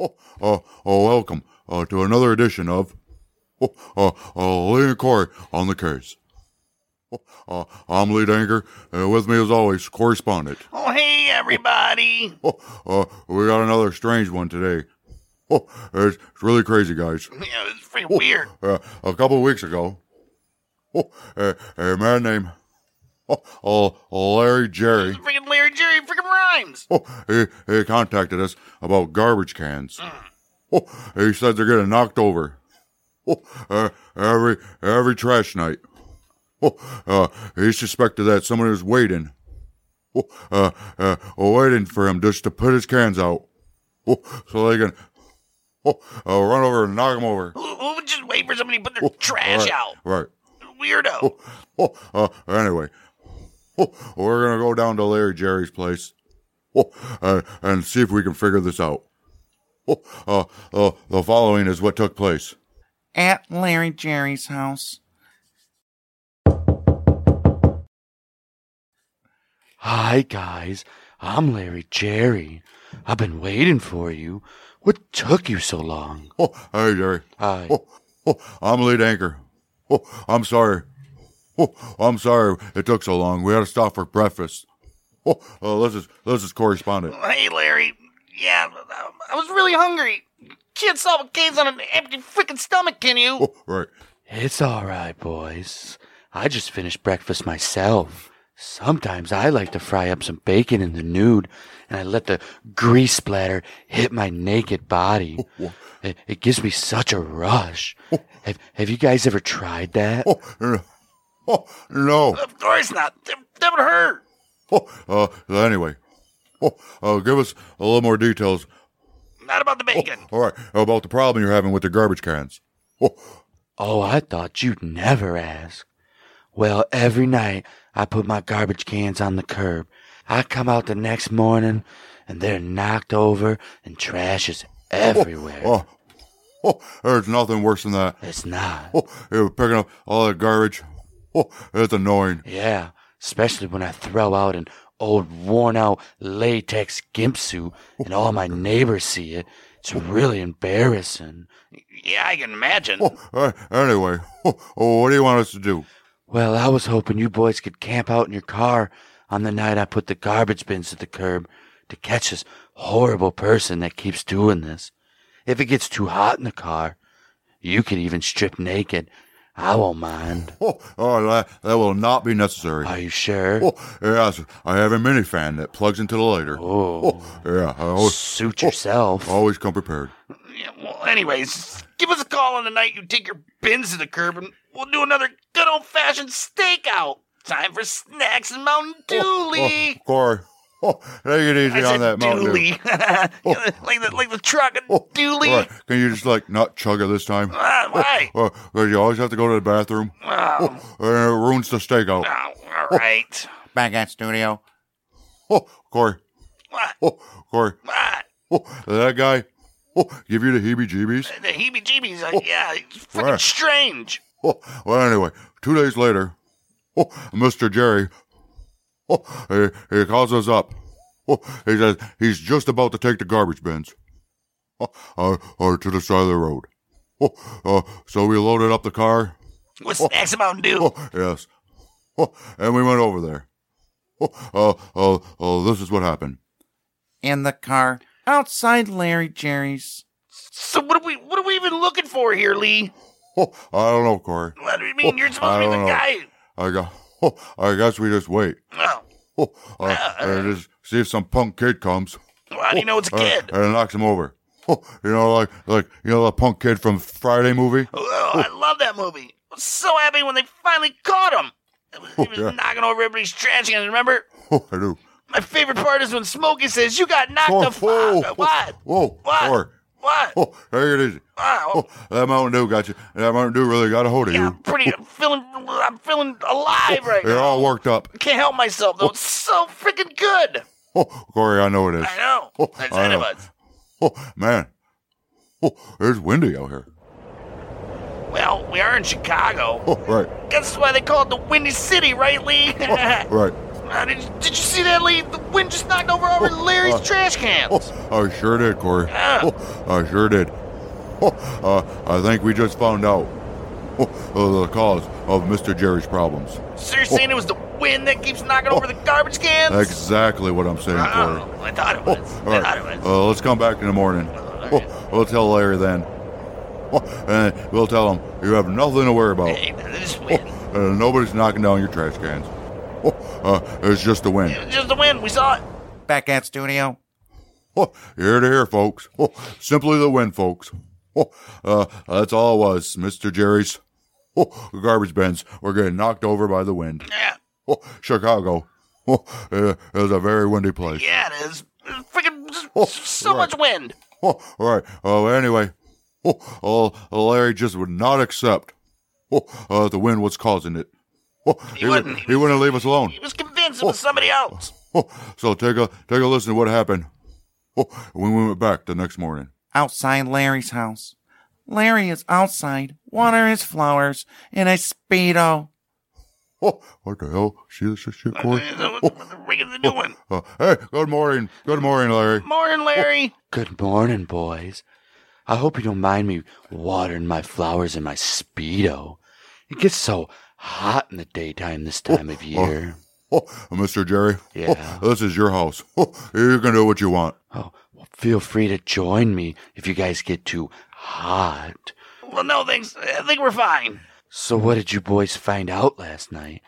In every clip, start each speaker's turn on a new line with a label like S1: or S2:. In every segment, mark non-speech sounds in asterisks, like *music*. S1: Oh, *laughs* uh, uh, welcome uh, to another edition of *laughs* oh, uh, uh, Lee and Corey on the case. *laughs* Oh, uh, I'm lead anchor, and with me as always, correspondent. *laughs*
S2: Oh, hey, everybody.
S1: Oh, uh, we got another strange one today. *laughs* Oh, it's, it's really crazy, guys.
S2: Yeah, it's pretty
S3: Oh,
S2: weird.
S1: Uh, a couple of weeks ago, *laughs* oh, a, a man named *laughs* oh, uh, Larry Jerry
S2: Freaking Larry Jerry freaking rhymes.
S1: *laughs* Oh, he, he contacted us about garbage cans. Oh, he said they're getting knocked over. Oh, uh, every every trash night. Oh, uh, he suspected that someone was waiting. Oh, uh, uh, waiting for him just to put his cans out. Oh, so they can oh, uh, run over and knock him over.
S2: Who, who would just wait for somebody to put their
S1: Oh, right,
S2: trash out?
S1: Right.
S2: Weirdo.
S1: Oh, uh, anyway, oh, we're gonna go down to Larry Jerry's place, oh, uh, and see if we can figure this out. Oh, uh, uh, the following is what took place.
S4: at Larry Jerry's house.
S3: Hi, guys. I'm Larry Jerry. I've been waiting for you. What took you so long?
S1: Oh, hey Jerry.
S3: Hi.
S1: Oh, oh, I'm lead anchor. Oh, I'm sorry. Oh, I'm sorry it took so long. We had to stop for breakfast. Oh, uh, this is this is correspondent.
S2: Oh, hey, Larry. Yeah, I, I was really hungry. Can't solve a case on an empty freaking stomach, can you?
S1: Oh, right.
S3: It's all right, boys. I just finished breakfast myself. Sometimes I like to fry up some bacon in the nude, and I let the grease splatter hit my naked
S1: *laughs*
S3: body. It, it gives me such a rush. Have, have you guys ever
S1: *laughs*
S3: tried that?
S1: Oh, no. Oh, no.
S2: Of course not. That, that would hurt.
S1: Oh, uh, anyway, oh, uh, give us a little more details.
S2: Not about the
S3: Oh.
S2: bacon.
S1: All right, about the problem you're having with the garbage cans. Oh,
S3: Oh, I thought you'd never ask. Well, every night I put my garbage cans on the curb. I come out the next morning and they're knocked over and trash is everywhere.
S1: *laughs* oh, *laughs* oh, there's nothing worse than that.
S3: It's not.
S1: Oh, you're picking up all that garbage. Oh, it's annoying.
S3: Yeah, especially when I throw out an old worn out latex gimp suit and all my neighbors see it. It's really embarrassing.
S2: Yeah, I can imagine.
S1: Oh, uh, anyway, *laughs* oh, oh, what do you want us to do?
S3: Well, I was hoping you boys could camp out in your car on the night I put the garbage bins at the curb to catch this horrible person that keeps doing this. If it gets too hot in the car, you can even strip naked. I won't mind.
S1: Oh, oh that, that will not be necessary.
S3: Are you sure?
S1: Oh, yes, I have a mini fan that plugs into the lighter.
S3: Oh,
S1: Yeah, I always,
S4: *laughs*
S3: suit yourself.
S1: always come prepared.
S2: Yeah, well, anyways, give us a call on the night you take your bins to the curb, and we'll do another good old fashioned stakeout. Time for snacks and Mountain Dew, Lee.
S1: Oh, Corey, oh, take it easy
S2: I
S1: on
S2: said
S1: that Mountain Dew.
S2: dooley. *laughs* like the like the truck and
S1: Oh,
S2: dooley.
S1: All right, Can you just like not chug it this time?
S2: Ah, why?
S1: Uh, 'cause you always have to go to the bathroom.
S2: Oh,
S1: And it ruins the stakeout.
S2: oh, all right.
S4: Back at studio.
S1: Oh, Corey.
S2: What?
S1: Oh, Corey.
S2: What?
S1: Oh, that guy. Oh, give you the heebie-jeebies.
S2: The heebie-jeebies. Like, yeah, it's freaking
S1: Oh. Right.
S2: strange.
S1: Oh, well, anyway, two days later, oh, Mr. Jerry. Oh, he, he calls us up. Oh, he says he's just about to take the garbage bins. Oh, uh, uh, to the side of the road. Oh, uh, so we loaded up the car.
S2: With snacks and Mountain Dew.
S1: Oh, yes. Oh, and we went over there. Oh, uh, uh, uh, this is what happened.
S4: In the car. Outside Larry Jerry's.
S2: So what are we what are we even looking for here, Lee?
S1: Oh, I don't know, Corey.
S2: What do you mean? You're supposed
S1: Oh. I
S2: to be the
S1: don't know.
S2: guy.
S1: I got. Oh, I guess we just wait.
S2: Oh,
S1: Oh, uh,
S2: Ah,
S1: uh, just see if some punk kid comes.
S2: Well, How do you know it's a
S1: uh,
S2: kid?
S1: and knocks him over. Oh, you know, like like you know the punk kid from Friday movie.
S2: Oh,
S1: *laughs*
S2: I love that movie. I was so happy when they finally caught him. He was
S1: Oh, yeah.
S2: knocking over everybody's trash cans, remember?
S1: Oh, I do.
S2: My favorite part is when Smokey says, You got knocked
S1: Oh,
S2: the fuck.
S1: whoa,
S2: What?
S1: whoa,
S2: What?
S1: Or,
S2: What?
S1: oh, take it easy.
S2: Wow.
S1: Oh, that Mountain Dew got you. That Mountain Dew really got a hold of
S2: Yeah,
S1: you.
S2: I'm pretty. I'm feeling. I'm feeling alive right
S1: You're
S2: now.
S1: all worked up.
S2: Can't help myself though. It's so freaking good.
S1: Oh, Corey, I know it is.
S2: I know.
S1: Oh,
S2: That's
S1: I
S2: ahead of
S1: know.
S2: us.
S1: Oh, man. Oh, it's windy out here.
S2: Well, we are in Chicago.
S1: Oh, right,
S2: That's why they call it the Windy City, right, Lee? *laughs*
S1: right.
S2: Uh, did, did you see that, Lee? The wind just knocked over all of Larry's
S1: uh,
S2: trash cans.
S1: Oh, I sure did, Corey.
S2: Ah.
S1: Oh, I sure did. Oh, uh, I think we just found out oh, uh, the cause of Mr. Jerry's problems.
S2: so you're saying it was the wind that keeps knocking over the garbage cans?
S1: Exactly what I'm saying, Corey.
S2: Oh, I thought it was. I
S1: All
S2: thought
S1: right.
S2: it was.
S1: Uh, let's come back in the morning.
S2: All
S1: Oh, we'll tell Larry then. Oh, and we'll tell him you have nothing to worry about.
S2: Hey, this wind.
S1: Uh, nobody's knocking down your trash cans. Oh, uh, it's just the wind.
S2: It was just the wind. We saw it.
S4: Back at studio.
S1: *laughs* Oh, here to here, folks. *laughs* Oh, simply the wind, folks. *laughs* Oh, uh, that's all it was, Mr. Jerry's. *laughs* Oh, garbage bins were getting knocked over by the wind. *laughs*
S2: Yeah,
S1: Oh, Chicago. *laughs* Oh, uh, it was a very windy place. *laughs*
S2: yeah, it is. It's Freaking just
S1: Oh,
S2: so
S1: right.
S2: much wind.
S1: Oh, all right. Oh, anyway. *laughs* Oh, oh, Larry just would not accept. *laughs* Oh, uh, the wind was causing it. *laughs* Oh, he, would-
S2: wouldn't.
S1: He wouldn't leave us alone. *laughs*
S2: He was convinced it was somebody else.
S1: Oh, so take a take a listen to what happened. *laughs* Oh, when we went back the next morning. *laughs*
S4: Outside Larry's house. Larry is outside, watering his flowers in a Speedo.
S1: Oh, what the hell? She, she, she, Corey.
S2: *laughs* Ringing the new one.
S1: Uh, hey, good morning. Good morning, Larry.
S2: Morning, Larry.
S3: Good morning, boys. I hope you don't mind me watering my flowers in my Speedo. It gets so hot in the daytime this time of year.
S1: Oh, Mr. Jerry.
S3: Yeah.
S1: Oh, this is your house. Oh, you can do what you want.
S3: Oh, well, feel free to join me if you guys get too hot.
S2: Well, no thanks. I think we're fine.
S3: So, what did you boys find out last night?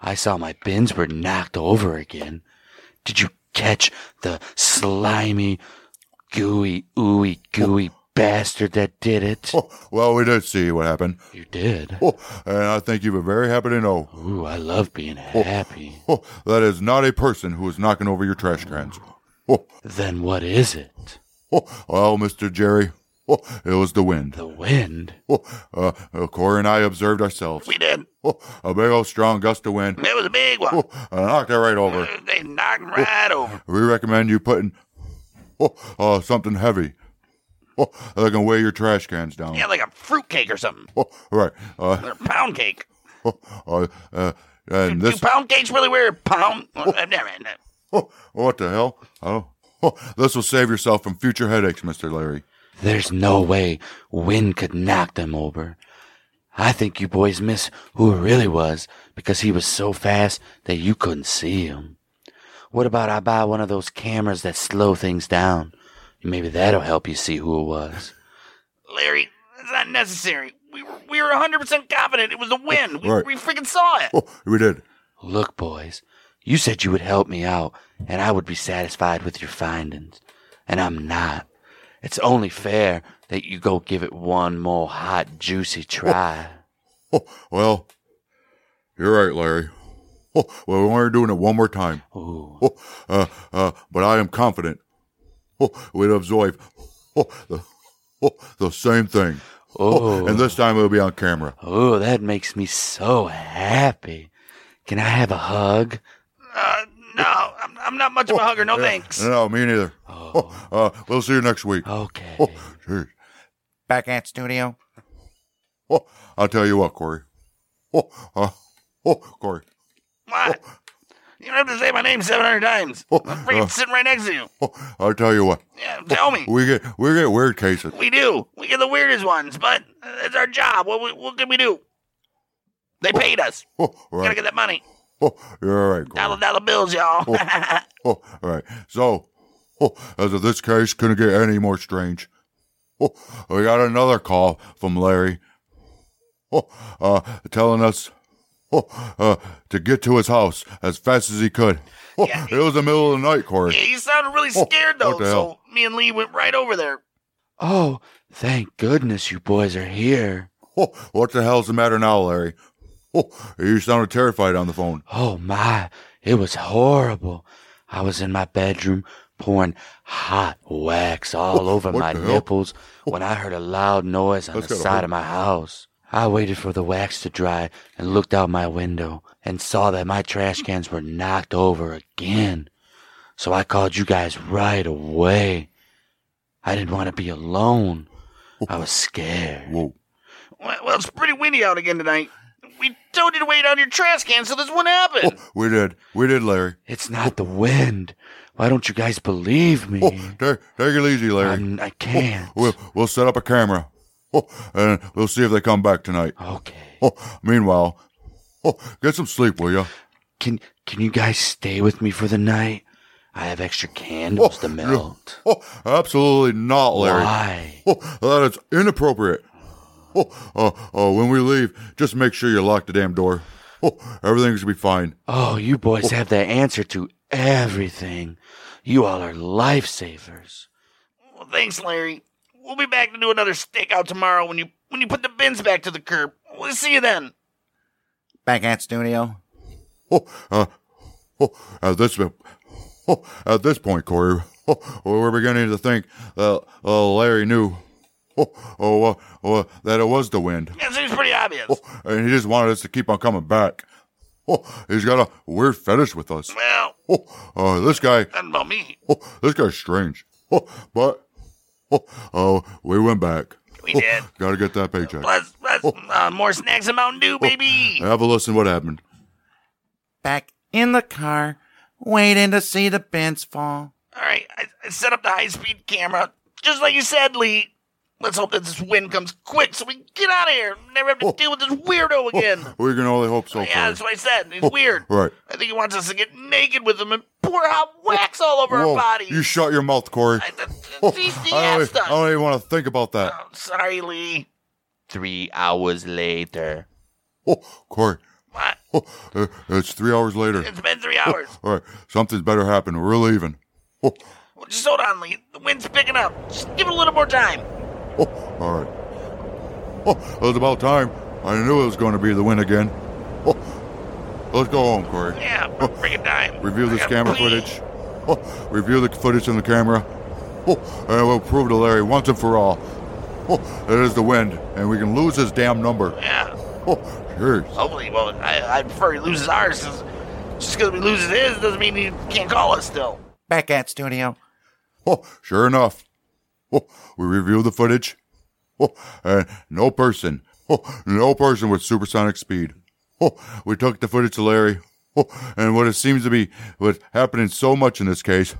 S3: I saw my bins were knocked over again. Did you catch the slimy, gooey, ooey, gooey bastard that did it?
S1: Oh, well, we did see what happened.
S3: You did.
S1: Oh, and I think you've been very happy to know.
S3: Ooh, I love being happy.
S1: Oh, that is not a person who is knocking over your trash cans. Oh,
S3: Then what is it?
S1: oh, well, Mr. Jerry. Oh, it was the wind.
S3: The wind.
S1: Oh, uh, uh, Corey and I observed ourselves.
S2: We did.
S1: Oh, a big old strong gust of wind.
S2: It was a big one.
S1: Oh, and knocked it right over.
S2: Uh, They knocked him right over.
S1: We recommend you putting oh, uh, something heavy oh, that can weigh your trash cans down.
S2: Yeah, like a fruit cake or something.
S1: Oh, *laughs* right. Uh,
S2: Or a pound cake.
S1: oh, uh, uh, and
S2: Do *laughs*
S1: this. *laughs*
S2: pound cakes really wear a pound? Uh, never mind.
S1: Oh, what the hell? Oh, oh, *laughs* this will save yourself from future headaches, Mr. Larry. *laughs*
S3: There's no way wind could knock them over. I think you boys miss who it really was because he was so fast that you couldn't see him. What about I buy one of those cameras that slow things down? Maybe that'll help you see who it was.
S2: Larry, that's not necessary. We were, we were 100% confident it was the wind. We,
S1: Right.
S2: we freaking saw it.
S1: Oh, we did. *laughs*
S3: Look, boys, you said you would help me out and I would be satisfied with your findings. And I'm not. It's only fair that you go give it one more hot, juicy try.
S1: Oh, well, you're right, Larry. *laughs* Oh, well, we're doing it one more time. *laughs*
S3: Ooh.
S1: Oh, uh, uh, but I am confident. *laughs* Oh, we'd observe oh, *laughs* the, *laughs* oh, the same thing. *laughs*
S3: Oh.
S1: And this time it'll be on camera.
S3: Oh, that makes me so happy. Can I have a hug?
S2: Uh, no, I'm, I'm not much of
S1: Oh,
S2: a hugger. No thanks.
S1: No, me neither. *laughs* Oh, uh, we'll see you next week. *laughs*
S3: Okay.
S1: Oh, jeez.
S4: Back at studio.
S1: Oh, I'll tell you what, Corey. Oh, uh, oh, Corey.
S2: What? You don't have to say my name 700 times. I'm freaking
S1: uh,
S2: sitting right next to you.
S1: Oh, I'll tell you what.
S2: Yeah, tell me.
S1: We get we get weird cases.
S2: We do. We get the weirdest ones, but uh, it's our job. What, we- what can we do? They paid us.
S1: Oh,
S2: Gotta
S1: right.
S2: get that money.
S1: Oh, you're all right, Corey.
S2: Dollar dollar bills, y'all.
S1: Oh, all right. So, oh, as of this case, couldn't get any more strange. Oh, we got another call from Larry. Oh, uh, telling us, oh, uh, to get to his house as fast as he could. Oh,
S2: Yeah.
S1: It was the middle of the night, Corey.
S2: *laughs* Yeah, he sounded really
S1: Oh,
S2: scared though,
S1: what the hell?
S2: so me and Lee went right over there.
S3: Oh, thank goodness you boys are here.
S1: Oh, what the hell's the matter now, Larry? Oh, you sounded terrified on the phone.
S3: Oh my, it was horrible. I was in my bedroom pouring hot wax all over
S1: what
S3: my
S1: the hell?
S3: nipples when I heard a loud noise on
S1: That's
S3: the
S1: gotta
S3: side
S1: hurt.
S3: of my house. I waited for the wax to dry and looked out my window and saw that my trash cans were knocked over again. So I called you guys right away. I didn't want to be alone. I was scared.
S1: Whoa.
S2: Well, well, it's pretty windy out again tonight. We told you to wait on your trash can, so this wouldn't happen.
S1: Oh, we did. We did, Larry.
S3: It's not the wind. Why don't you guys believe me?
S1: Oh, take, take it easy, Larry.
S3: I'm, I can't.
S1: We'll, we'll set up a camera. Oh, and we'll see if they come back tonight.
S3: Okay.
S1: Oh, meanwhile, oh, get some sleep, will you?
S3: Can can you guys stay with me for the night? I have extra candles to melt.
S1: Oh, absolutely not, Larry.
S3: Why?
S1: Oh, that is inappropriate. Oh, uh, uh, when we leave, just make sure you lock the damn door. Oh, everything's gonna be fine.
S3: Oh, you boys have the answer to everything. You all are lifesavers.
S2: Well, thanks, Larry. We'll be back to do another stakeout tomorrow when you when you put the bins back to the curb. We'll see you then.
S4: Back at studio.
S1: Oh, uh, oh, at this oh, at this point, Corey, oh, we're beginning to think that uh, Larry knew. Oh, oh, uh, oh, that it was the wind,
S2: That seems pretty obvious.
S1: and he just wanted us to keep on coming back. Oh, he's got a weird fetish with us.
S2: Well,
S1: Oh, uh, this guy,
S2: not about me.
S1: oh, this guy's strange. Oh, but oh, oh, we went back.
S2: We
S1: Oh,
S2: did.
S1: Gotta get that paycheck.
S2: Plus, plus uh, more snacks and Mountain
S1: Oh.
S2: Dew, baby.
S1: Have a listen. What happened?
S4: Back in the car, waiting to see the bins fall.
S2: All right, I, I set up the high speed camera just like you said, Lee. Let's hope that this wind comes quick so we can get out of here. and Never have to
S1: Oh. Oh.
S2: deal with this weirdo again.
S1: We can only hope so.
S2: yeah,
S1: Corey.
S2: that's what I said. He's weird.
S1: Right.
S2: I think he wants us to get naked with him and pour hot wax all over
S1: Whoa,
S2: our bodies.
S1: You shut your mouth, Corey.
S2: I, th- th-
S1: Oh,
S2: he's
S1: I,
S2: the
S1: don't
S2: ass
S1: even, I
S2: stuff.
S1: don't even want to think about that.
S2: Oh, sorry, Lee.
S3: Three hours later.
S1: Oh, Corey,
S2: What?
S1: oh, uh, it's three hours later.
S2: It's been three hours.
S1: All right, something's better happened. We're leaving. Oh,
S2: Well, just hold on, Lee. The wind's picking up. Just give it a little more time.
S1: oh, all right. Oh, it was about time. I knew it was going to be the win again. Oh, let's go home, Corey.
S2: Yeah, bring it time.
S1: Review this
S2: Yeah,
S1: camera
S2: please.
S1: footage. Oh, review the footage on the camera. Oh, and we'll prove to Larry once and for all. Oh, it is the wind, and we can lose his damn number.
S2: Yeah,
S1: Oh, jeez.
S2: hopefully. Well, I, I prefer he loses ours. 'cause just because we loses his doesn't mean he can't call us still.
S4: Back at studio.
S1: Oh, sure enough. Oh, we reviewed the footage. Oh, and no person. Oh, no person with supersonic speed. Oh, we took the footage to Larry. Oh, and what it seems to be what's happening so much in this case.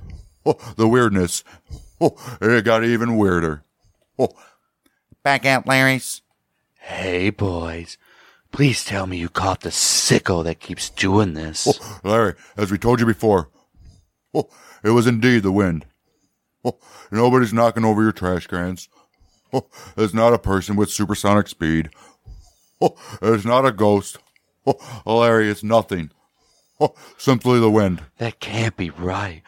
S1: Oh, the weirdness. Oh, and it got even weirder. Oh,
S4: Back at Larry's.
S3: Hey boys, please tell me you caught the sicko that keeps doing this.
S1: oh, Larry, as we told you before. *laughs* Oh, it was indeed the wind. *laughs* Oh, nobody's knocking over your trash cans. *laughs* Oh, it's not a person with supersonic speed. *laughs* Oh, it's not a ghost. *laughs* Oh, Larry, it's nothing. *laughs* Oh, simply the wind. *laughs*
S3: That can't be right.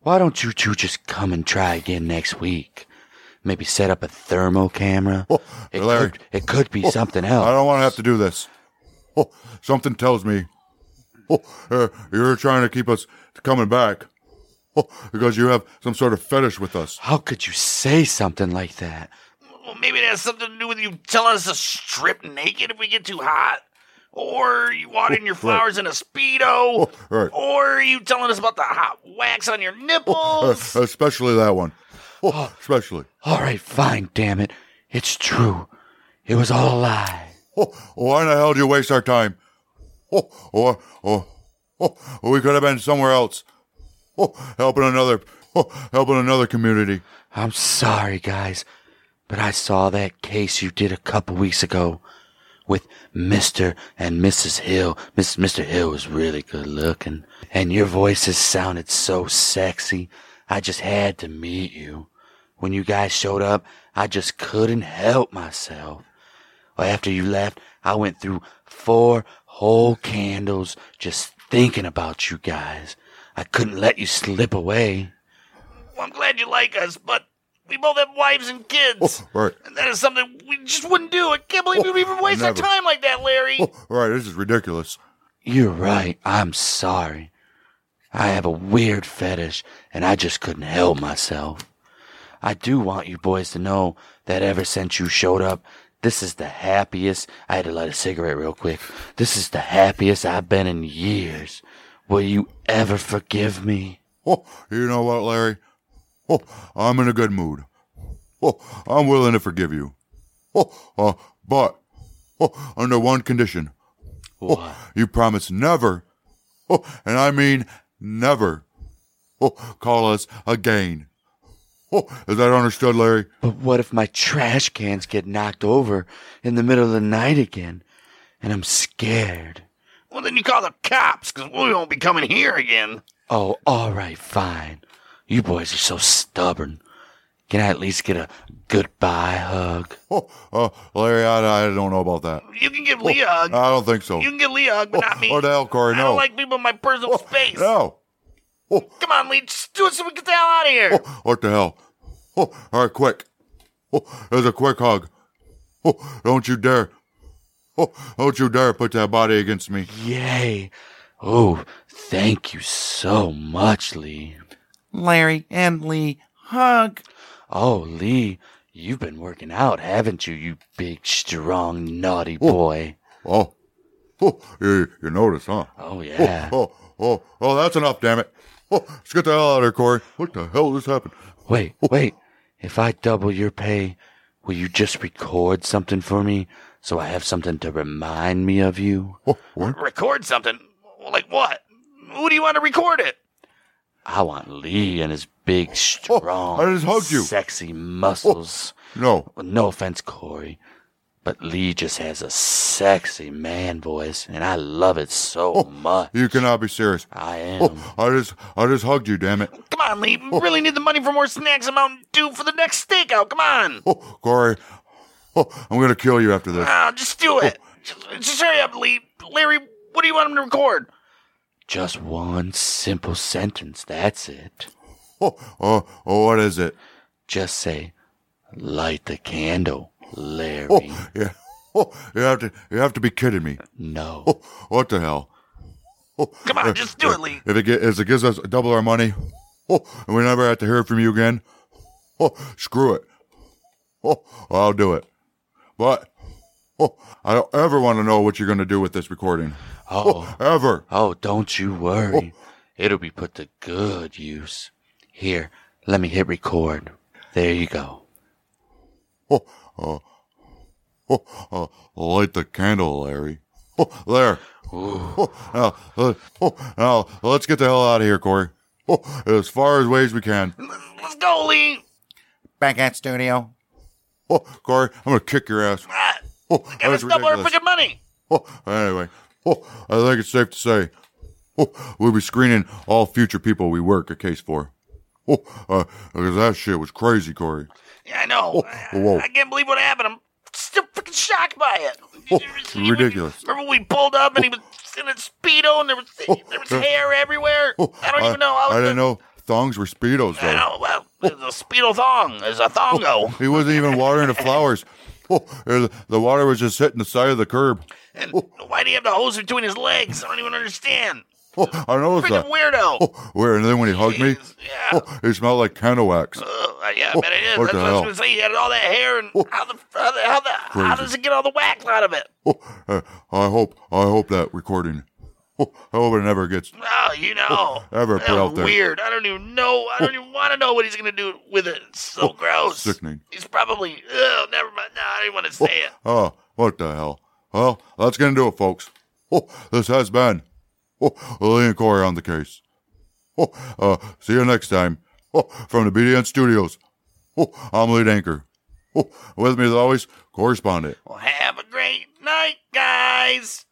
S3: Why don't you two just come and try again next week? Maybe set up a thermal camera.
S1: Oh,
S3: it,
S1: Larry. Oh,
S3: could, it could be something
S1: I
S3: else.
S1: don't want to have to do this. *laughs* Oh, something tells me. *laughs* Oh, uh, you're trying to keep us coming back. *laughs* Oh, because you have some sort of fetish with us.
S3: How could you say something like that?
S2: Well, maybe it has something to do with you telling us to strip naked if we get too hot. Or you watering your flowers in a Speedo.
S1: Oh, right.
S2: Or you telling us about the hot wax
S1: *laughs*
S2: on your
S1: Uh,
S2: nipples.
S1: especially that one. Oh, especially.
S3: All right, fine, damn it. It's true. It was all a lie.
S1: Oh, why in the hell did you waste our time? Oh, oh, oh, oh, we could have been somewhere else. Oh, helping another, oh, helping another community.
S3: I'm sorry, guys, but I saw that case you did a couple weeks ago with Mr. and Mrs. Hill. Miss, Mr. Hill was really good looking, and your voices sounded so sexy. I just had to meet you. When you guys showed up, I just couldn't help myself. After you left, I went through four whole candles just thinking about you guys. I couldn't let you slip away.
S2: Well, I'm glad you like us, but we both have wives and kids.
S1: Oh, right.
S2: And that is something we just wouldn't do. I can't believe
S1: Oh,
S2: we'd even waste
S1: never.
S2: our time like that, Larry.
S1: Oh, right. This is ridiculous.
S3: You're right. I'm sorry. I have a weird fetish, and I just couldn't help myself. I do want you boys to know that ever since you showed up, this is the happiest. I had to light a cigarette real quick. This is the happiest I've been in years. Will you ever forgive me?
S1: Oh, you know what, Larry? Oh, I'm in a good mood. Oh, I'm willing to forgive you. Oh, uh, but oh, under one condition.
S3: What?
S1: You promise never, *laughs* oh, and I mean never, *laughs* oh, call us again. *laughs* Oh, is that understood, Larry? *laughs*
S3: But what if my trash cans get knocked over in the middle of the night again? And I'm scared.
S2: Well, then you call the cops, because we won't be coming here again.
S3: Oh, all right, fine. You boys are so stubborn. Can I at least get a goodbye hug?
S1: Oh, uh, Larry, I, I don't know about that.
S2: You can give Lee a hug.
S1: I don't think so.
S2: you can give Lee a hug, but not me.
S1: Uh. Oh, the hell, Corey,
S2: I
S1: no. Oh,
S2: don't like people in my personal space.
S1: No.
S2: Come on, Lee, just do it so we get the hell out of here.
S1: Oh, what the hell? *laughs* Oh, all right, quick. *laughs* Oh, there's a quick hug. *laughs* Oh, don't you dare. *laughs* Oh, don't you dare put that body against me.
S3: Yay. Oh, thank you so much, Lee.
S4: Larry and Lee hug.
S3: Oh, Lee, you've been working out, haven't you, you big, strong, naughty
S1: Oh.
S3: boy?
S1: Oh, *laughs* oh, you, you notice, huh?
S3: Oh,
S1: Oh,
S3: yeah.
S2: *laughs*
S1: oh, oh, oh, that's enough, damn it. Oh, let's get the hell out of here, Corey. What the hell just happened?
S3: Wait, wait. If I double your pay, will you just record something for me so I have something to remind me of you?
S1: Oh, what?
S2: Record something. Like what? Who do you want to record it?
S3: I want Lee and his
S1: *laughs*
S3: big, strong,
S1: I Oh, just hugged you. Oh.
S3: sexy muscles.
S1: No.
S3: Well, No offense, Corey, but Lee just has a sexy man voice, and I love it so much.
S1: You cannot be serious.
S3: I am.
S1: Oh, I just, I just hugged you, damn it.
S2: Come on, Lee.
S1: Oh.
S2: We really need the money for more snacks and Mountain Dew for the next stakeout. Come on.
S1: Oh, Corey, oh, I'm gonna kill you after this.
S2: Ah, just do it. Just, just hurry up, Lee. Larry, what do you want him to record?
S3: Just one simple sentence, that's it.
S1: Oh, oh, oh, what is it?
S3: Just say, light the candle, Larry.
S1: Oh, yeah. Oh, you have to, you have to be kidding me.
S3: No.
S1: Oh, what the hell?
S2: Come on, just do it, Lee.
S1: If it, get, if it gives us double our money, *laughs* oh, and we never have to hear from you again, *laughs* oh, screw it. *laughs* Oh, I'll do it. But *laughs* oh, I don't ever want to know what you're going to do with this recording.
S3: Oh,
S1: Ever. *laughs*
S3: oh, don't you worry. It'll be put to good use. Here, let me hit record. There you go.
S1: Oh, uh, *laughs* oh, uh, light the candle, Larry. *laughs* Oh, there. Oh, now, *laughs* uh, oh, now, let's get the hell out of here, Corey. *laughs* Oh, as far as ways we can. *laughs*
S2: Let's go, Lee.
S4: Back at studio.
S1: Oh, Corey, I'm going to kick your ass. *laughs*
S2: Ah,
S1: Oh, that
S2: gotta
S1: was
S2: double our
S1: ridiculous.
S2: freaking money.
S1: *laughs* Oh, anyway, oh, I think it's safe to say *laughs* oh, we'll be screening all future people we work a case for. *laughs* Oh, uh, 'cause that shit was crazy, Corey.
S2: Yeah, I know.
S1: Oh, whoa.
S2: I, I can't believe what happened. I'm still freaking shocked by it.
S1: Oh,
S2: You- you-
S1: ridiculous.
S2: Remember when we pulled up and he was in a speedo and there was there was
S1: uh,
S2: hair everywhere.
S1: Oh,
S2: I don't even know.
S1: I,
S2: was
S1: didn't know thongs were speedos
S2: I
S1: though.
S2: know. Well, it was a speedo thong. It was a thongo.
S1: He wasn't even watering
S2: *laughs*
S1: the flowers. *laughs* Oh, uh, the water was just hitting the side of the curb. *laughs*
S2: And why do you have the hose between his legs? I don't even understand.
S1: Oh, I noticed
S2: Freaking
S1: that. *laughs*
S2: weirdo.
S1: Oh, where and then when he hugged me,
S2: Yeah.
S1: *laughs* oh, he smelled like candle wax. *laughs*
S2: Uh, yeah, I bet it is.
S1: what
S2: That's
S1: the
S2: what I was
S1: hell? Oh.
S2: gonna say. He had all that hair, and how the how the, how, the, how
S1: Crazy.
S2: does it get all the wax out of it?
S1: Oh, uh, I hope, I hope that recording. *laughs* Oh, I hope it never gets.
S2: Oh,
S1: *laughs*
S2: you know,
S1: ever
S2: That
S1: put
S2: was
S1: out there.
S2: Weird. I don't even know. I don't even want to know what he's gonna do with it. It's so
S1: Oh,
S2: gross.
S1: sickening.
S2: He's probably. Oh, never mind. No, I didn't want to say it.
S1: Oh, what the hell? Well, that's gonna do it, folks. Oh, this has been oh, Lee and Corey on the case. Oh, uh, see you next time. Oh, from the BDN Studios. Oh, I'm lead anchor. Oh, with me as always, correspondent.
S2: Well, have a great night, guys.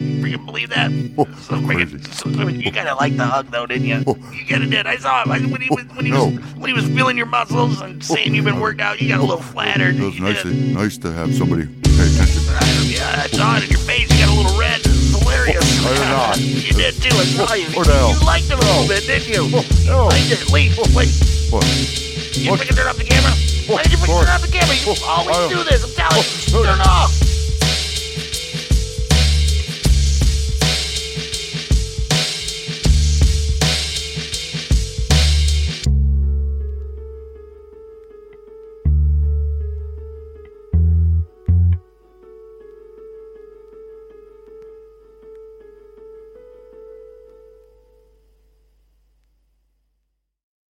S2: Freaking believe that? so freaking,
S1: Oh, crazy. Oh.
S2: so, freaking- you kind of liked the hug, though, didn't you? You kind of did. I saw him I, when he was when he
S1: Oh. No.
S2: was when he was feeling your muscles and saying you've been worked out. You got a little flattered.
S1: It Oh. was
S2: You
S1: nice,
S2: did.
S1: to, nice to have somebody pay attention.
S2: Yeah, it's on in your face. You got a little red. It's hilarious.
S1: Oh, I did not.
S2: You did too. I saw you.
S1: What the hell? Oh,
S2: You liked it a little bit, didn't
S1: no.
S2: you? You liked it. Wait, wait.
S1: What?
S2: You
S1: What?
S2: freaking turn off the camera. Why did you freaking
S1: Sorry.
S2: turn off the camera? You
S1: Oh, I
S2: always
S1: don't- Oh,
S2: do this. I'm telling you.